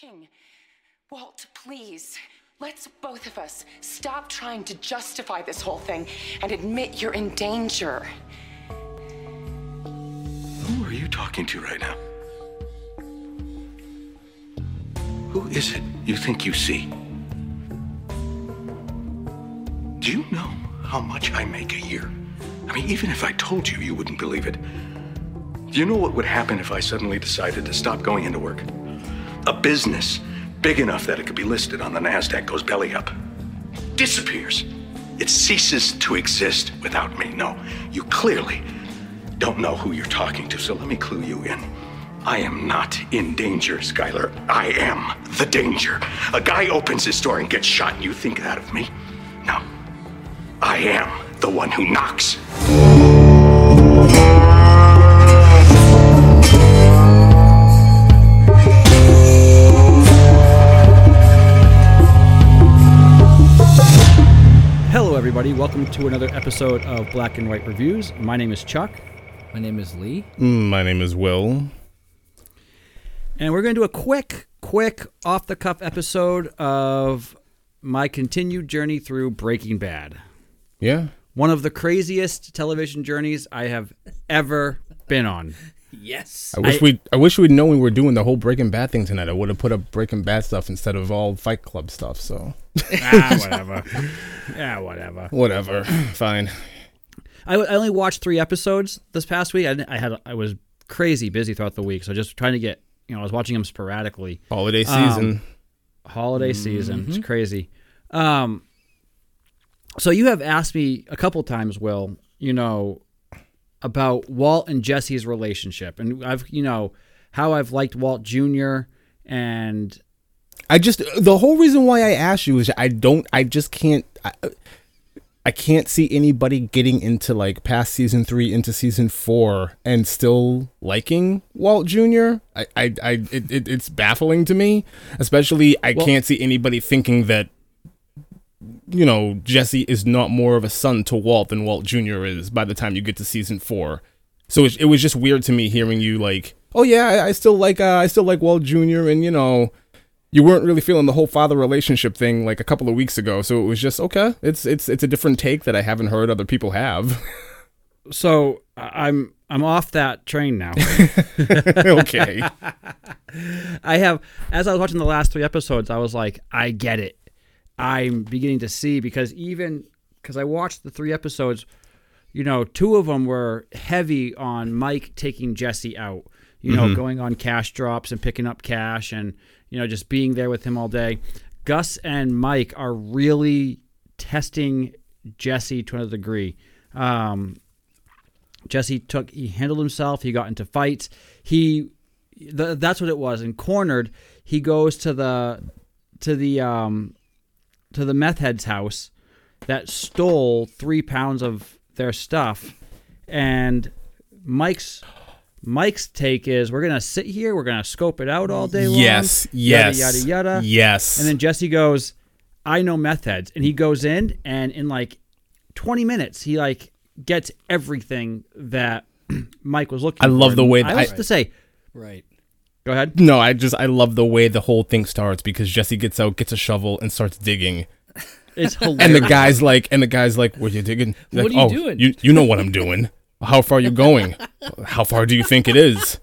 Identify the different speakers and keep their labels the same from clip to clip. Speaker 1: King, Walt, please, let's both of us stop trying to justify this whole thing and admit you're in danger.
Speaker 2: Who are you talking to right now? Who is it you think you see? Do you know how much I make a year? I mean, even if I told you, you wouldn't believe it. Do you know what would happen if I suddenly decided to stop going into work? A business big enough that it could be listed on the NASDAQ goes belly up, disappears. It ceases to exist without me. No, you clearly don't know who you're talking to, so let me clue you in. I am not in danger, Skylar. I am the danger. A guy opens his door and gets shot, and you think that of me? No. I am the one who knocks.
Speaker 3: Hello, everybody. Welcome to another episode of Black and White Reviews. My name is Chuck,
Speaker 4: My name is Lee.
Speaker 5: My name is Will.
Speaker 3: and we're going to do a quick, quick, off the cuff episode of my continued journey through Breaking Bad.
Speaker 5: Yeah.
Speaker 3: One of the craziest television journeys I have ever been on.
Speaker 4: Yes.
Speaker 5: I wish we I wish we'd known we were doing the whole Breaking Bad thing tonight. I would have put up Breaking Bad stuff instead of all Fight Club stuff. So
Speaker 3: ah, whatever. yeah, whatever.
Speaker 5: whatever, fine.
Speaker 3: I, I only watched three episodes this past week. I, didn't- I had I was crazy busy throughout the week, so just trying to get you know I was watching them sporadically.
Speaker 5: Holiday
Speaker 3: Um,
Speaker 5: season.
Speaker 3: holiday season. It's crazy. Um, so you have asked me a couple times, Will, you know, about Walt and Jesse's relationship, and I've you know how I've liked Walt Junior, and
Speaker 5: I just the whole reason why I asked you is I don't I just can't I, I can't see anybody getting into like past season three into season four and still liking Walt Jr. I I, I it, it, it's baffling to me, especially I can't see anybody thinking that you know Jesse is not more of a son to Walt than Walt Jr. is by the time you get to season four. So it, it was just weird to me hearing you like, oh yeah, I, I still like uh, I still like Walt Jr. and you know you weren't really feeling the whole father relationship thing like a couple of weeks ago, so it was just okay. It's it's it's a different take that I haven't heard other people have.
Speaker 3: so I- I'm I'm off that train now.
Speaker 5: okay,
Speaker 3: I have, as I was watching the last three episodes, I was like, I get it. I'm beginning to see because even because I watched the three episodes, you know, two of them were heavy on Mike taking Jesse out, you know, going on cash drops and picking up cash and, you know, just being there with him all day. Gus and Mike are really testing Jesse to another degree. Um, Jesse took he handled himself. He got into fights. He th- that's what it was. And cornered, he goes to the to the um to the meth head's house that stole three pounds of their stuff. And Mike's Mike's take is we're gonna sit here. We're gonna scope it out all day long.
Speaker 5: yes, yes,
Speaker 3: Yada yada yada.
Speaker 5: yes.
Speaker 3: And then Jesse goes, I know meth heads. And he goes in and in like 20 minutes, he like gets everything that Mike was looking
Speaker 5: I
Speaker 3: for.
Speaker 5: love the
Speaker 3: And
Speaker 5: way
Speaker 3: I
Speaker 5: that
Speaker 3: was
Speaker 5: I-
Speaker 3: to say,
Speaker 4: Right.
Speaker 3: go ahead.
Speaker 5: no, I just I love the way the whole thing starts because Jesse gets out, gets a shovel, and starts digging.
Speaker 3: It's hilarious.
Speaker 5: And the guy's like, and the guy's like, "What are you digging? He's like,
Speaker 4: What are you
Speaker 5: "Oh,
Speaker 4: doing?"
Speaker 5: You you know what I'm doing. How far are you going? How far do you think it is?"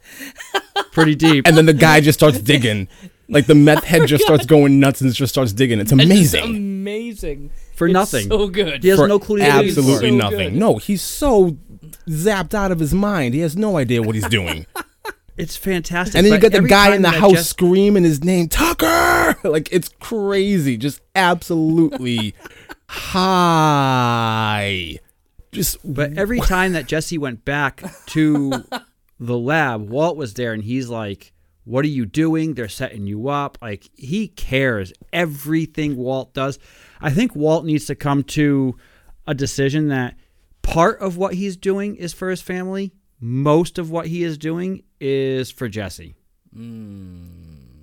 Speaker 3: pretty deep.
Speaker 5: And then the guy just starts digging. Like the meth head just starts going nuts Oh and just starts digging. It's
Speaker 4: It's
Speaker 5: amazing.
Speaker 4: amazing.
Speaker 3: For
Speaker 4: It's
Speaker 3: nothing.
Speaker 4: So good.
Speaker 3: he has
Speaker 5: for
Speaker 3: no clue. what he's doing.
Speaker 5: absolutely
Speaker 4: so
Speaker 5: nothing.
Speaker 4: good.
Speaker 5: No, he's so zapped out of his mind. He has no idea what he's doing.
Speaker 3: It's fantastic.
Speaker 5: and then you
Speaker 3: But
Speaker 5: got the
Speaker 3: every
Speaker 5: guy
Speaker 3: time
Speaker 5: in the
Speaker 3: that
Speaker 5: house
Speaker 3: Jesse-
Speaker 5: screaming his name, Tucker. Like it's crazy. Just absolutely high. Just
Speaker 3: But every time that Jesse went back to the lab, Walt was there and he's like, What are you doing? They're setting you up. Like, he cares everything Walt does. I think Walt needs to come to a decision that part of what he's doing is for his family, most of what he is doing is for Jesse.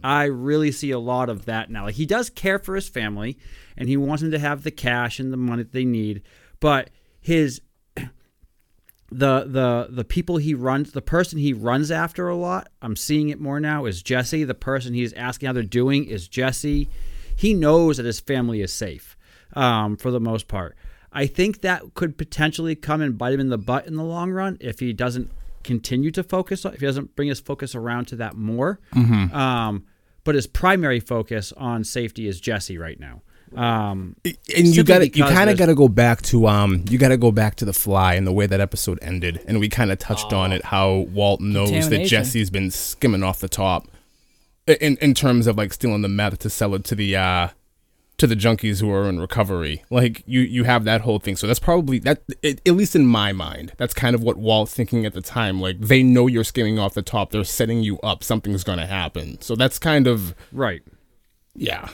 Speaker 3: I really see a lot of that now. Like he does care for his family and he wants them to have the cash and the money that they need, but his the the the people he runs the person he runs after a lot i'm seeing it more now is jesse the person he's asking how they're doing is jesse he knows that his family is safe um, for the most part i think that could potentially come and bite him in the butt in the long run if he doesn't continue to focus on if he doesn't bring his focus around to that more um, but his primary focus on safety is jesse right now um,
Speaker 5: and you
Speaker 3: Simply
Speaker 5: got to you
Speaker 3: because
Speaker 5: kind of
Speaker 3: there's-
Speaker 5: got to go back to um you got to go back to the fly and the way that episode ended and we kind of touched on it how Walt knows that
Speaker 4: Contamination.
Speaker 5: Jesse's been skimming off the top i- in in terms of like stealing the meth to sell it to the uh to the junkies who are in recovery like you you have that whole thing so that's probably that it, at least in my mind that's kind of what Walt's thinking at the time like they know you're skimming off the top they're setting you up something's going to happen so that's kind of
Speaker 3: right
Speaker 5: yeah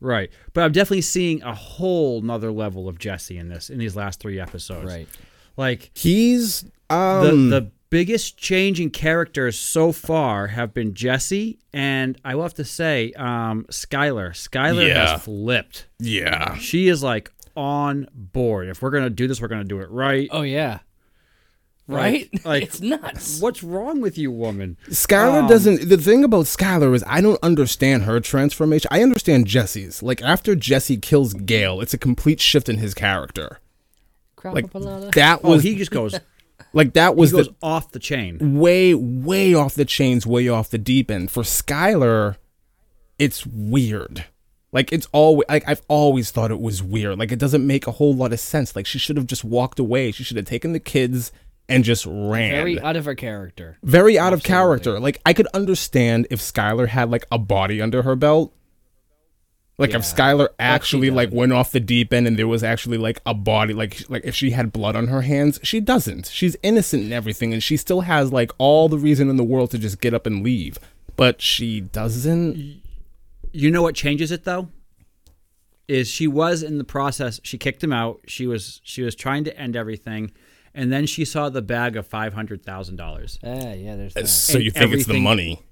Speaker 3: Right. But I'm definitely seeing a whole nother level of Jesse in this in these last three episodes.
Speaker 4: Right.
Speaker 3: Like
Speaker 5: he's um
Speaker 3: the the biggest change in characters so far have been Jesse and I will have to say, um, Skylar. Skylar
Speaker 5: Yeah.
Speaker 3: has flipped.
Speaker 5: yeah
Speaker 3: She is like on board. If we're gonna do this, we're gonna do it right.
Speaker 4: Oh yeah. Right?
Speaker 3: Like- like-
Speaker 4: it's nuts.
Speaker 3: What's wrong with you, woman? Um,
Speaker 5: Skylar doesn't. The thing about Skylar is I don't understand her transformation. I understand Jesse's. Like after Jesse kills Gale, it's a complete shift in his character.
Speaker 4: Crap
Speaker 5: Like that
Speaker 3: Oh,
Speaker 5: was
Speaker 3: he just goes
Speaker 5: like that was
Speaker 3: he goes
Speaker 5: the
Speaker 3: off the chain.
Speaker 5: way way off the chains, way off the deep end. For Skylar, it's weird. Like it's always like I've always thought it was weird. Like it doesn't make a whole lot of sense. Like she should have just walked away. She should have taken the kids and just ran.
Speaker 4: Very out of her character.
Speaker 5: very out of character. Like I could understand if Skylar had like a body under her belt. Like if
Speaker 4: Yeah.
Speaker 5: Skylar actually
Speaker 4: done.
Speaker 5: like went off the deep end and there was actually like a body like like if she had blood on her hands, she doesn't. She's innocent and everything and she still has like all the reason in the world to just get up and leave. But she doesn't.
Speaker 3: You know what changes it though? Is she was in the process. She kicked him out. She was she was trying to end everything, and then she saw the bag of five hundred thousand dollars.
Speaker 4: Ah, yeah, there's that.
Speaker 5: So
Speaker 3: And
Speaker 5: you think it's the
Speaker 3: everything-
Speaker 5: money.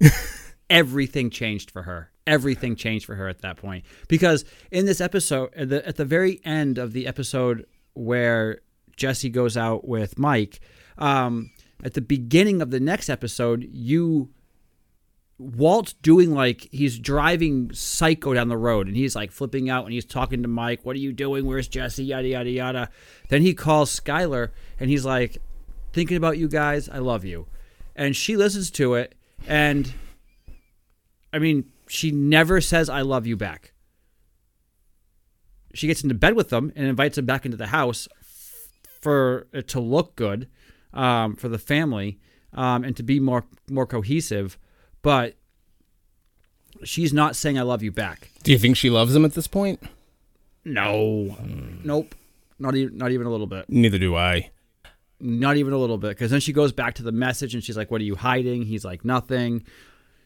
Speaker 3: Everything changed for her. Everything changed for her at that point because in this episode, at the, at the very end of the episode where Jesse goes out with Mike, um, at the beginning of the next episode, you Walt doing like he's driving psycho down the road and he's like flipping out and he's talking to Mike, What are you doing? Where's Jesse? Yada, yada, yada. Then he calls Skylar and he's like, Thinking about you guys. I love you. And she listens to it. And I mean, she never says, I love you back. She gets into bed with them and invites him back into the house for it to look good um, for the family um, and to be more more cohesive. But she's not saying "I love you" back.
Speaker 5: Do you think she loves him at this point?
Speaker 3: No, nope, not even not even a little bit,
Speaker 5: Neither do I.
Speaker 3: not even a little bit. Because then she goes back to the message and she's like, "What are you hiding?" He's like, "Nothing."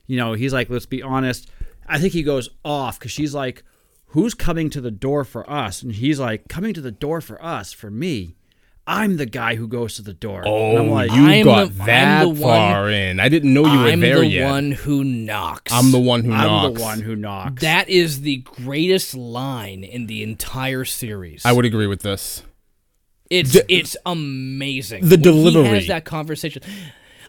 Speaker 3: You know, he's like, "Let's be honest." I think he goes off because she's like, "Who's coming to the door for us?" And he's like, "Coming to the door for us for me." I'm the guy who goes to the door. and I'm like,
Speaker 5: Oh, you
Speaker 4: I'm
Speaker 5: got
Speaker 4: the- I'm
Speaker 5: that
Speaker 4: the one-
Speaker 5: far in. I didn't know you were
Speaker 4: I'm
Speaker 5: there
Speaker 4: the
Speaker 5: yet.
Speaker 4: one who knocks.
Speaker 5: I'm the one who knocks.
Speaker 3: I'm the one who knocks.
Speaker 4: That is the greatest line in the entire series.
Speaker 5: I would agree with this.
Speaker 4: It's
Speaker 5: D-
Speaker 4: it's amazing.
Speaker 5: the
Speaker 4: When
Speaker 5: delivery.
Speaker 4: He has that conversation.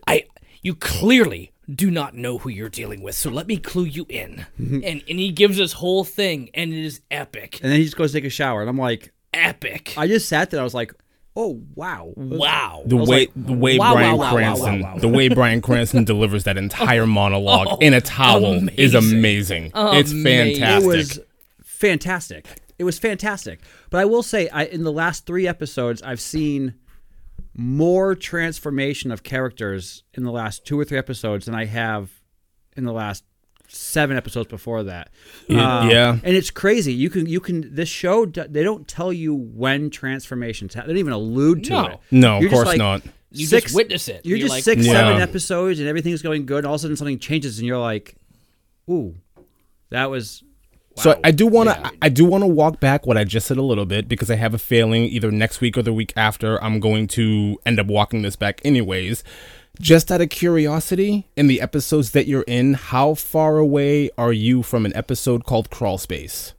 Speaker 4: I you clearly do not know who you're dealing with, so let me clue you in.
Speaker 5: Mm-hmm.
Speaker 4: and and he gives this whole thing, and it is epic,
Speaker 3: and then he just goes take a shower, and I'm like,
Speaker 4: epic.
Speaker 3: I just sat there. I was like, oh wow,
Speaker 4: wow.
Speaker 5: the
Speaker 3: was
Speaker 5: way
Speaker 3: like,
Speaker 5: the way
Speaker 4: wow, wow,
Speaker 5: Brian
Speaker 4: wow, wow,
Speaker 5: Cranston
Speaker 4: wow, wow.
Speaker 5: the way Brian Cranston delivers that entire monologue
Speaker 4: Oh,
Speaker 5: in a towel is amazing. It's
Speaker 4: Amazing.
Speaker 5: fantastic.
Speaker 3: it was fantastic. It was fantastic. But I will say, I in the last three episodes, I've seen more transformation of characters in the last two or three episodes than I have in the last seven episodes before that.
Speaker 5: Yeah, yeah.
Speaker 3: and it's crazy. You can you can this show d- they don't tell you when transformations happen. They don't even allude to
Speaker 4: No.
Speaker 3: it.
Speaker 5: No, of
Speaker 3: You're just
Speaker 5: course
Speaker 3: like,
Speaker 5: not.
Speaker 4: You
Speaker 3: six-
Speaker 4: just witness it.
Speaker 3: You're, just
Speaker 4: like,
Speaker 3: six,
Speaker 5: Yeah.
Speaker 3: seven episodes, and everything's going good. And all of a sudden, something changes, and you're like, "Ooh, that was."
Speaker 5: So I do want to I do want to walk back what I just said a little bit because I have a feeling either next week or the week after I'm going to end up walking this back anyways. Just out of curiosity, in the episodes that you're in, how far away are you from an episode called Crawl Space?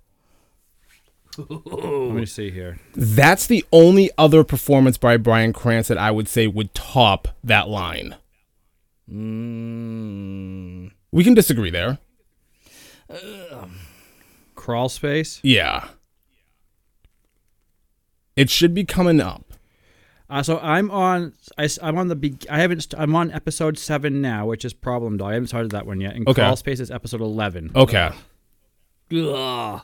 Speaker 3: Let me see here.
Speaker 5: That's the only other performance by Brian Krantz that I would say would top that line.
Speaker 4: Hmm.
Speaker 5: We can disagree there.
Speaker 3: Crawl space.
Speaker 5: Yeah. It should be coming up.
Speaker 3: Uh, so I'm on. I, am on the. Be- I haven't. St- I'm on episode seven now, which is Problem Doll. I haven't started that one yet. And
Speaker 5: Okay.
Speaker 3: Crawl Space is episode eleven.
Speaker 5: Okay.
Speaker 4: Ugh.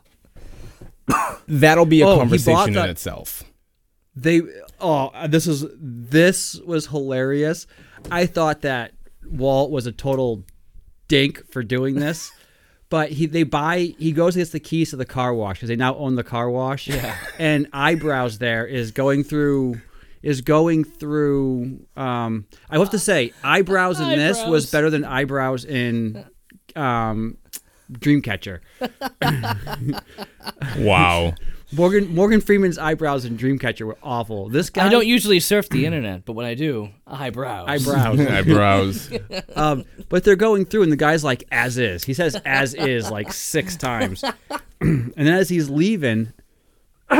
Speaker 5: That'll be a
Speaker 3: Oh, he bought
Speaker 5: conversation in
Speaker 3: that-
Speaker 5: itself.
Speaker 3: They. Oh, this is this was hilarious. I thought that Walt was a total dink for doing this. But he, they buy. He goes and gets the keys to the car wash because they now own the car wash. Yeah. And eyebrows there is going through, is going through. Um, I have to say, eyebrows in this was
Speaker 4: Eyebrows.
Speaker 3: better than eyebrows in, um, Dreamcatcher.
Speaker 5: Wow.
Speaker 3: Morgan Morgan Freeman's eyebrows in Dreamcatcher were awful. This guy
Speaker 4: I don't usually surf the internet, but when I do, eyebrows.
Speaker 3: eyebrows.
Speaker 5: Eyebrows.
Speaker 3: um, but they're going through, and the guy's like, as is. He says, as is, like six times. and then as he's leaving,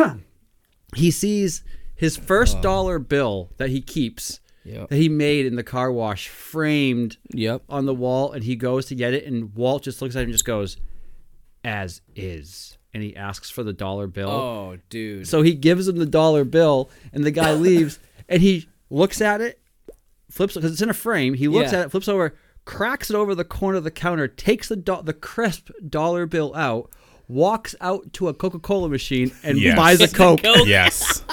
Speaker 3: he sees his first dollar bill that he keeps
Speaker 4: Oh. Yep.
Speaker 3: that he made in the car wash framed
Speaker 4: Yep.
Speaker 3: on the wall, and he goes to get it, and Walt just looks at him and just goes, as is. And he asks for the dollar bill.
Speaker 4: Oh, dude.
Speaker 3: So he gives him the dollar bill, and the guy leaves, and he looks at it, flips because it's in a frame. He looks
Speaker 4: Yeah.
Speaker 3: at it, flips over, cracks it over the corner of the counter, takes the do- the crisp dollar bill out, walks out to a Coca Cola machine, and
Speaker 5: Yes.
Speaker 3: buys a
Speaker 5: It's
Speaker 3: Coke.
Speaker 5: yes.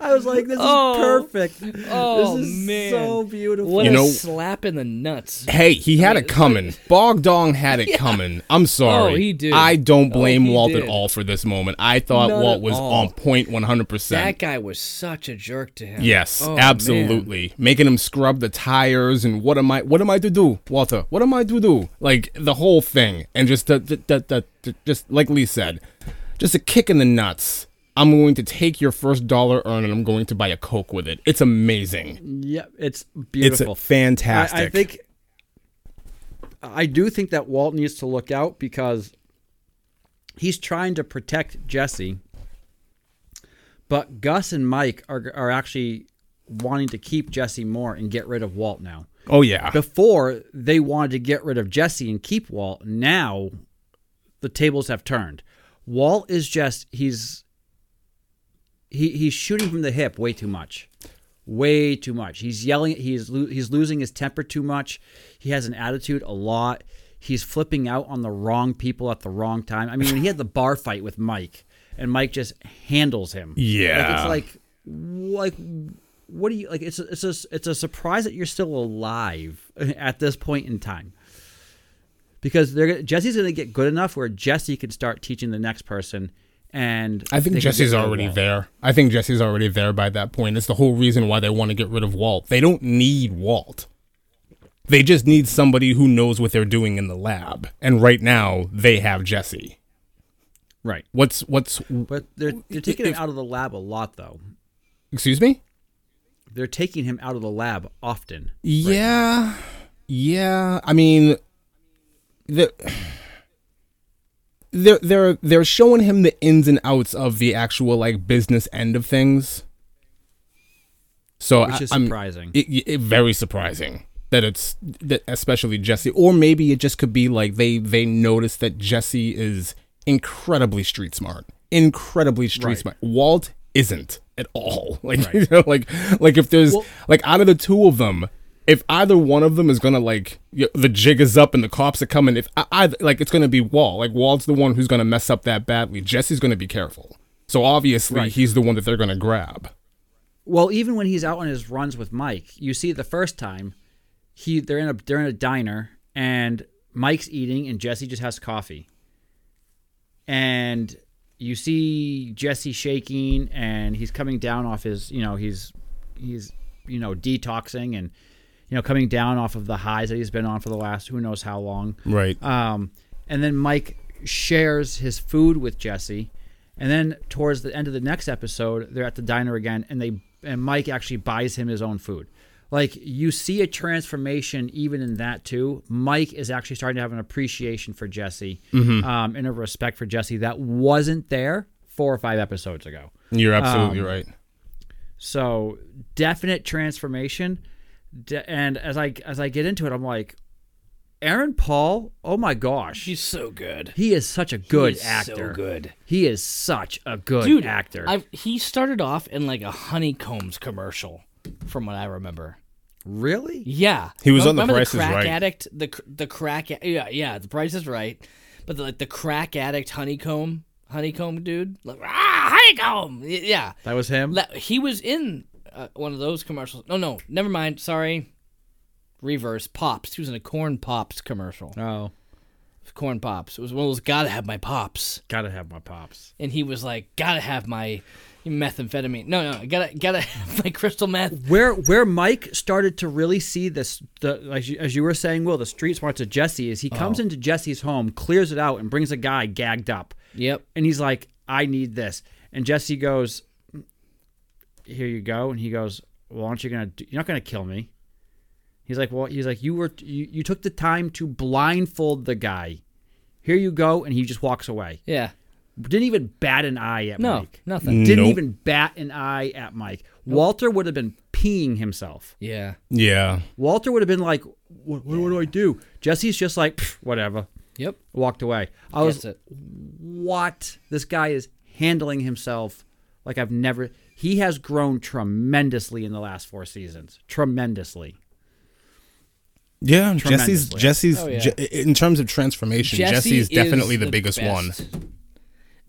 Speaker 3: I was like, this is
Speaker 4: Oh.
Speaker 3: perfect.
Speaker 4: oh
Speaker 3: this is
Speaker 4: man,
Speaker 3: so beautiful.
Speaker 4: What
Speaker 5: You
Speaker 4: a
Speaker 5: know-
Speaker 4: slap in the nuts.
Speaker 5: Hey, he had it coming. Bog Dong had it coming. I'm sorry.
Speaker 4: Oh, he did.
Speaker 5: I don't
Speaker 4: Oh,
Speaker 5: blame
Speaker 4: he
Speaker 5: Walt
Speaker 4: did.
Speaker 5: at all for this moment. I thought
Speaker 4: Not
Speaker 5: Walt
Speaker 4: at
Speaker 5: was
Speaker 4: all.
Speaker 5: on point 100%.
Speaker 4: That guy was such a jerk to him.
Speaker 5: Yes,
Speaker 4: Oh, man.
Speaker 5: absolutely. Making him scrub the tires and what am I what am I to do, Walter? What am I to do? Like the whole thing and just the, the, the, the, the- just like Lee said, just a kick in the nuts. I'm going to take your first dollar earned and I'm going to buy a coke with it. It's amazing.
Speaker 3: Yep, it's beautiful.
Speaker 5: fantastic.
Speaker 3: I, I think I do think that Walt needs to look out because he's trying to protect Jesse, but Gus and Mike are are actually wanting to keep Jesse more and get rid of Walt now.
Speaker 5: Oh yeah.
Speaker 3: Before they wanted to get rid of Jesse and keep Walt. Now the tables have turned. Walt is just he's he he's shooting from the hip way too much. Way too much. He's yelling, he's lo- he's losing his temper too much. He has an attitude a lot. He's flipping out on the wrong people at the wrong time. I mean, when he had the bar fight with Mike and Mike just handles him.
Speaker 5: Yeah.
Speaker 3: Like it's like like what do you like it's a, it's a it's a surprise that you're still alive at this point in time because they're Jesse's going to get good enough where Jesse can start teaching the next person and
Speaker 5: I think
Speaker 3: they can
Speaker 5: Jesse's
Speaker 3: get rid of
Speaker 5: already
Speaker 3: Walt.
Speaker 5: there. I think Jesse's already there by that point. It's the whole reason why they want to get rid of Walt. They don't need Walt. They just need somebody who knows what they're doing in the lab. And right now, they have Jesse.
Speaker 3: right
Speaker 5: What's what's
Speaker 3: but they're they're taking him out of the lab a lot though
Speaker 5: excuse me?
Speaker 3: they're taking him out of the lab often
Speaker 5: Yeah. Yeah. I mean the they're they're they're showing him the ins and outs of the actual like business end of things. So
Speaker 3: which is
Speaker 5: I, am
Speaker 3: surprising
Speaker 5: it, it very surprising that it's that especially Jesse or maybe it just could be like they they notice that Jesse is incredibly street smart incredibly street
Speaker 3: Right.
Speaker 5: smart Walt isn't at all like you know, like like if there's like out of the two of them if either one of them is gonna like y- the jig is up and the cops are coming if I, I like it's gonna be Walt like Walt's the one who's gonna mess up that badly Jesse's gonna be careful so obviously he's the one that they're gonna grab
Speaker 3: Well, even when he's out on his runs with Mike, you see the first time he they're in a they're in a diner and Mike's eating and Jesse just has coffee. And you see Jesse shaking and he's coming down off his, you know, he's he's you know, detoxing and you know, coming down off of the highs that he's been on for the last who knows how long.
Speaker 5: right
Speaker 4: Uh,
Speaker 3: Um, and then Mike shares his food with Jesse. And then towards the end of the next episode, they're at the diner again, and they and Mike actually buys him his own food. like you see a transformation even in that too. Mike is actually starting to have an appreciation for Jesse um, and a respect for Jesse that wasn't there four or five episodes ago.
Speaker 5: You're absolutely
Speaker 4: um,
Speaker 5: right.
Speaker 3: So definite transformation. De- and as I as I get into it, I'm like, Aaron Paul. Oh my gosh,
Speaker 4: She's so good.
Speaker 3: he is such a good
Speaker 4: He's so
Speaker 3: actor.
Speaker 4: good.
Speaker 3: He is such a good
Speaker 4: Dude,
Speaker 3: actor.
Speaker 4: I've, he started off in like a honeycombs commercial, from what I remember.
Speaker 3: really?
Speaker 4: Yeah,
Speaker 5: He was
Speaker 4: Remember-
Speaker 5: on The
Speaker 4: remember
Speaker 5: Price
Speaker 4: the
Speaker 5: is
Speaker 4: crack
Speaker 5: Right.
Speaker 4: addict. The cr- the crack. a- Yeah, yeah. The Price is Right, but the, like the crack addict honeycomb honeycomb dude. Like, ah, honeycomb. Y- Yeah,
Speaker 3: That was him.
Speaker 4: Le- he was in uh, one of those commercials. No, no, never mind. Sorry. Reverse pops. He was in a corn pops commercial.
Speaker 3: oh,
Speaker 4: Corn pops. It was one of those. Gotta have my pops.
Speaker 3: gotta have my pops.
Speaker 4: and he was like, "Gotta have my methamphetamine." No, no, gotta gotta have my crystal meth.
Speaker 3: where where Mike started to really see this, the as you, as you were saying, Will, the street smarts of Jesse is he
Speaker 4: Oh.
Speaker 3: comes into Jesse's home, clears it out, and brings a guy gagged up,
Speaker 4: Yep.
Speaker 3: and he's like, "I need this," and Jesse goes, "Here you go," and he goes, "Well, aren't you gonna? Do, you're not gonna kill me." He's like, "Well," he's like, "You were you, you took the time to blindfold the guy. Here you go," and he just walks away.
Speaker 4: Yeah.
Speaker 3: Didn't even bat an eye at
Speaker 4: No,
Speaker 3: Mike.
Speaker 4: nothing.
Speaker 3: Didn't
Speaker 5: Nope.
Speaker 3: even bat an eye at Mike. Walter would have been peeing himself.
Speaker 4: Yeah.
Speaker 5: Yeah.
Speaker 3: Walter would have been like, "What, what, what do I do?" Jesse's just like, "Pff, "Whatever."
Speaker 4: Yep.
Speaker 3: Walked away. I
Speaker 4: That's
Speaker 3: was,
Speaker 4: it.
Speaker 3: "What? This guy is handling himself like I've never." He has grown tremendously in the last four seasons. Tremendously.
Speaker 5: Yeah, Jesse's
Speaker 3: Tremendously.
Speaker 5: Jesse's
Speaker 4: Oh, yeah.
Speaker 5: Je- in terms of transformation,
Speaker 4: Jesse
Speaker 5: Jesse's
Speaker 4: is
Speaker 5: definitely the, biggest one.
Speaker 4: best.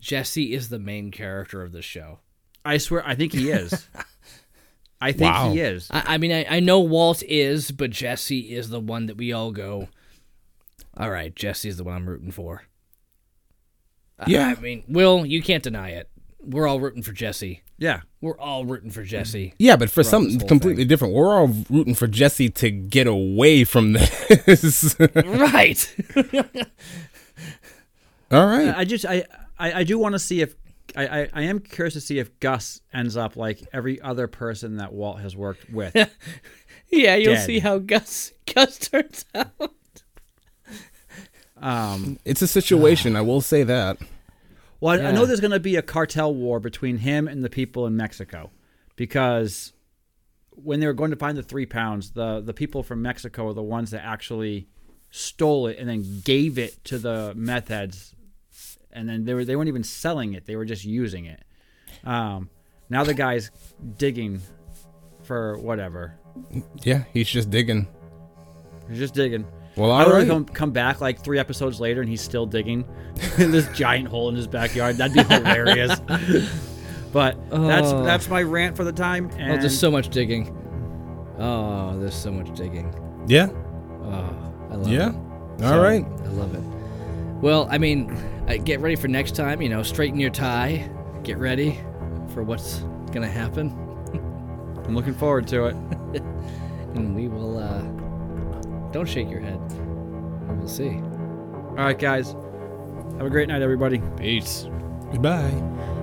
Speaker 4: Jesse is the main character of the show.
Speaker 3: I swear, I think he is. I think
Speaker 5: Wow.
Speaker 3: he is.
Speaker 4: I, I mean, I, I know Walt is, but Jesse is the one that we all go. All right, Jesse's the one I'm rooting for.
Speaker 5: Yeah.
Speaker 4: I mean, Will, you can't deny it. We're all rooting for Jesse.
Speaker 3: Yeah.
Speaker 4: We're all rooting for Jesse.
Speaker 5: Yeah, but for
Speaker 4: this
Speaker 5: something
Speaker 4: whole
Speaker 5: completely different. We're all rooting for Jesse to get away from this.
Speaker 4: right.
Speaker 5: all right.
Speaker 3: I just I I, I do want to see if I, I I am curious to see if Gus ends up like every other person that Walt has worked with.
Speaker 4: Yeah, you'll
Speaker 3: Dead.
Speaker 4: see how Gus Gus turns out.
Speaker 5: It's a situation, I will say that.
Speaker 3: Well, I- I know there's going to be a cartel war between him and the people in Mexico, because when they were going to find the three pounds, the the people from Mexico are the ones that actually stole it and then gave it to the meth heads, and then they were they weren't even selling it; they were just using it. Um, now the guy's digging for whatever.
Speaker 5: Yeah, he's just digging.
Speaker 3: He's just digging.
Speaker 5: Well,
Speaker 3: I
Speaker 5: all
Speaker 3: would have come,
Speaker 5: right.
Speaker 3: come back like three episodes later and he's still digging in this giant hole in his backyard. That'd be hilarious. but that's
Speaker 4: Oh.
Speaker 3: that's my rant for the time. And
Speaker 4: Oh, there's so much digging. Oh, there's so much digging.
Speaker 5: yeah.
Speaker 4: Oh, I love
Speaker 5: Yeah.
Speaker 4: it.
Speaker 5: All right.
Speaker 4: I love it. Well, I mean, uh, get ready for next time. You know, straighten your tie. Get ready for what's gonna happen,
Speaker 3: I'm looking forward to it.
Speaker 4: and we will. uh Don't shake your head. We will see.
Speaker 3: All right, guys. Have a great night, everybody.
Speaker 4: Peace.
Speaker 5: Goodbye.